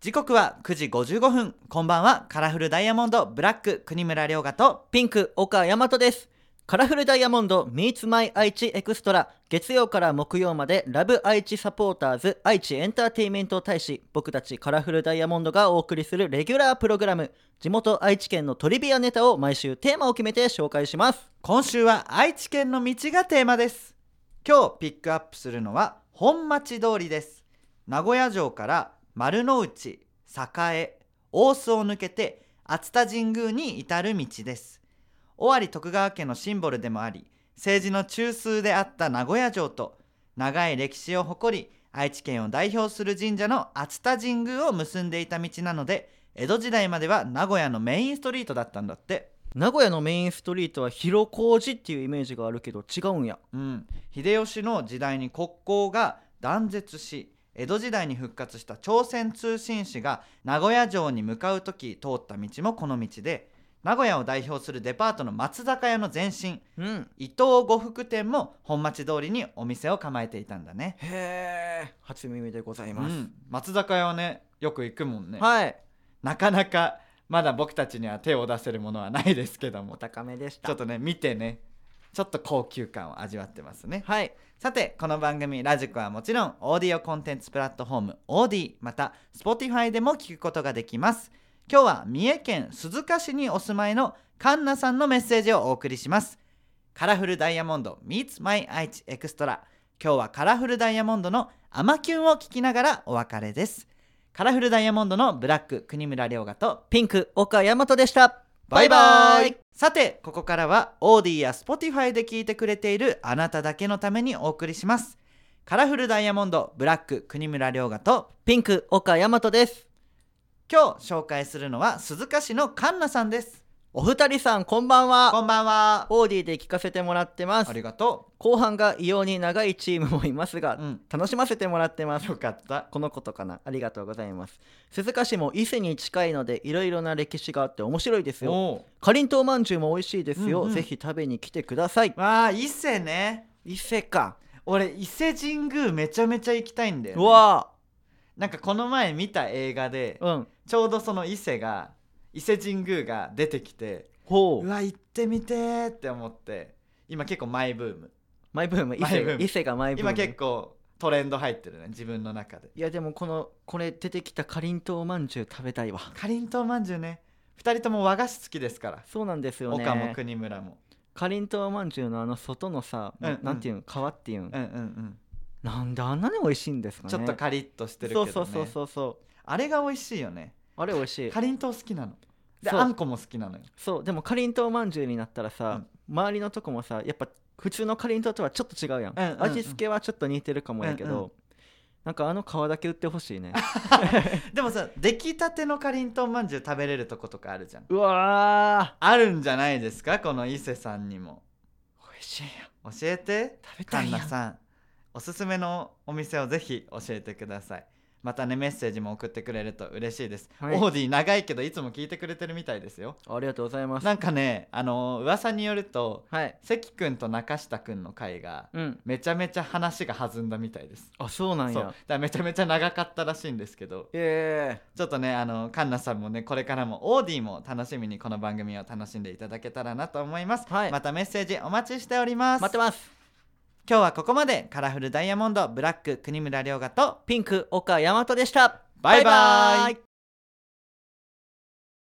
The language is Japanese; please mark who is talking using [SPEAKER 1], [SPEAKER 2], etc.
[SPEAKER 1] 時刻は9時55分こんばんはカラフルダイヤモンドブラック国村良賀と
[SPEAKER 2] ピンク岡大和です。カラフルダイヤモンド Meets My 愛知エクストラ月曜から木曜までラブ愛知サポーターズ愛知エンターテインメント大使僕たちカラフルダイヤモンドがお送りするレギュラープログラム地元愛知県のトリビアネタを毎週テーマを決めて紹介します
[SPEAKER 1] 今週は愛知県の道がテーマです今日ピックアップするのは本町通りです名古屋城から丸の内栄大須を抜けて熱田神宮に至る道です尾張徳川家のシンボルでもあり政治の中枢であった名古屋城と長い歴史を誇り愛知県を代表する神社の熱田神宮を結んでいた道なので江戸時代までは名古屋のメインストリートだったんだって
[SPEAKER 2] 名古屋のメインストリートは広小路っていうイメージがあるけど違うんや
[SPEAKER 1] うん、秀吉の時代に国交が断絶し江戸時代に復活した朝鮮通信使が名古屋城に向かう時通った道もこの道で名古屋を代表するデパートの松坂屋の前身
[SPEAKER 2] うん
[SPEAKER 1] 伊東呉服店も本町通りにお店を構えていたんだね、
[SPEAKER 2] へえ初耳でございうます、
[SPEAKER 1] ん、松坂屋はねよく行くもんね、
[SPEAKER 2] はい
[SPEAKER 1] なかなかまだ僕たちには手を出せるものはないですけども
[SPEAKER 2] お高めでし
[SPEAKER 1] ちょ
[SPEAKER 2] た
[SPEAKER 1] っとね見てねちょっと高級感を味わってますね
[SPEAKER 2] はい
[SPEAKER 1] さてこの番組ラジコはもちろんオーディオコンテンツプラットフォームオーディまた Spotify でも聞くことができます今日は三重県鈴鹿市にお住まいのカンナさんのメッセージをお送りしますカラフルダイヤモンド Meets My 愛知エクストラ今日はカラフルダイヤモンドのアマキュンを聞きながらお別れですカラフルダイヤモンドのブラック国村良賀と
[SPEAKER 2] ピンク岡大和でした
[SPEAKER 1] バイバ
[SPEAKER 2] バイバ
[SPEAKER 1] イ
[SPEAKER 2] イ
[SPEAKER 1] さてここからはオーディや Spotify で聞いてくれているあなただけのためにお送りしますカラフルダイヤモンドブラック国村良賀と
[SPEAKER 2] ピンク岡大和です
[SPEAKER 1] 今日紹介するのは鈴鹿市のカンナさんです
[SPEAKER 2] お二人さんこんばんは
[SPEAKER 1] こんばんは
[SPEAKER 2] オーディで聞かせてもらってま
[SPEAKER 1] あ
[SPEAKER 2] す
[SPEAKER 1] りがと
[SPEAKER 2] 後半が異様に長いチームもいますが、
[SPEAKER 1] ううん
[SPEAKER 2] 楽しませてもらってます
[SPEAKER 1] よかった
[SPEAKER 2] このことかなありがとうございます鈴鹿市も伊勢に近いのでいろいろな歴史があって面白いですよ
[SPEAKER 1] お
[SPEAKER 2] かりんとうまんじゅうも美味しいですよ、
[SPEAKER 1] うんうん
[SPEAKER 2] ぜひ食べに来てください
[SPEAKER 1] ーわあ伊勢ね
[SPEAKER 2] 伊勢か
[SPEAKER 1] 俺伊勢神宮めちゃめちゃ行きたいんだよ、
[SPEAKER 2] う
[SPEAKER 1] ね、
[SPEAKER 2] わ
[SPEAKER 1] なんかこの前見た映画で
[SPEAKER 2] ーうん
[SPEAKER 1] ちょうどその伊勢が伊勢神宮が出てきて
[SPEAKER 2] ほ
[SPEAKER 1] う
[SPEAKER 2] う
[SPEAKER 1] わ行ってみてーって思って今結構マイブーム
[SPEAKER 2] マイブーム伊
[SPEAKER 1] マイ
[SPEAKER 2] 勢
[SPEAKER 1] ブーム
[SPEAKER 2] 伊勢がマイブーム
[SPEAKER 1] 今結構トレンド入ってるね自分の中で
[SPEAKER 2] いやでもこのこれ出てきたかりんとうまんじゅう食べたいわ
[SPEAKER 1] かりんとうまんじゅうね2人とも和菓子好きですから
[SPEAKER 2] そうなんですよね
[SPEAKER 1] 岡も国村も
[SPEAKER 2] かりんとうまんじゅうのあの外のさ、
[SPEAKER 1] うんうん
[SPEAKER 2] なんていうの皮っていうの、
[SPEAKER 1] うんうんうん、
[SPEAKER 2] なんであんなに美味しいんですかね
[SPEAKER 1] ちょっとカリッとしてるけど、ね、
[SPEAKER 2] そうそうそうそうそう
[SPEAKER 1] あれが美味しいよね
[SPEAKER 2] あれ美味しい
[SPEAKER 1] かりんとう好きなので
[SPEAKER 2] そう
[SPEAKER 1] あんこも好きなのよ
[SPEAKER 2] そうでもかりんとうまんじゅうになったらさ、周りのとこもさやっぱ普通のかりんとうとはちょっと違うやん,、
[SPEAKER 1] うんうんうん
[SPEAKER 2] 味付けはちょっと似てるかもやけど、
[SPEAKER 1] うんうん
[SPEAKER 2] なんかあの皮だけ売ってほし いね
[SPEAKER 1] でもさ出来たてのかりんとうまんじゅう食べれるとことかあるじゃん
[SPEAKER 2] うわ
[SPEAKER 1] あるんじゃないですかこの伊勢さんにも
[SPEAKER 2] ー美味しいやん
[SPEAKER 1] 教えて
[SPEAKER 2] 食べ
[SPEAKER 1] カ
[SPEAKER 2] た
[SPEAKER 1] ン
[SPEAKER 2] いや
[SPEAKER 1] ナ
[SPEAKER 2] ん
[SPEAKER 1] さんおすすめのお店をぜひ教えてくださいまたねメッセージも送ってくれると嬉しいです、
[SPEAKER 2] はい
[SPEAKER 1] オーディ長いけどいつも聞いてくれてるみたいですよ
[SPEAKER 2] ありがとうございます
[SPEAKER 1] なんかねあのー噂によると
[SPEAKER 2] はい
[SPEAKER 1] 関くんと中下くんの会が
[SPEAKER 2] うん
[SPEAKER 1] めちゃめちゃ話が弾んだみたいです
[SPEAKER 2] あそうな
[SPEAKER 1] そ
[SPEAKER 2] ん
[SPEAKER 1] うだか
[SPEAKER 2] や
[SPEAKER 1] らめちゃめちゃ長かったらしいんですけど
[SPEAKER 2] ええ
[SPEAKER 1] ちょっとねあのカンナさんもねこれからもオーディも楽しみにこの番組を楽しんでいただけたらなと思います、
[SPEAKER 2] はい
[SPEAKER 1] またメッセージお待ちしております
[SPEAKER 2] 待ってます
[SPEAKER 1] 今日はここまでカラフルダイヤモンドブラック国村良賀と
[SPEAKER 2] ピンク岡大和でした
[SPEAKER 1] バイバイ
[SPEAKER 2] バイバイ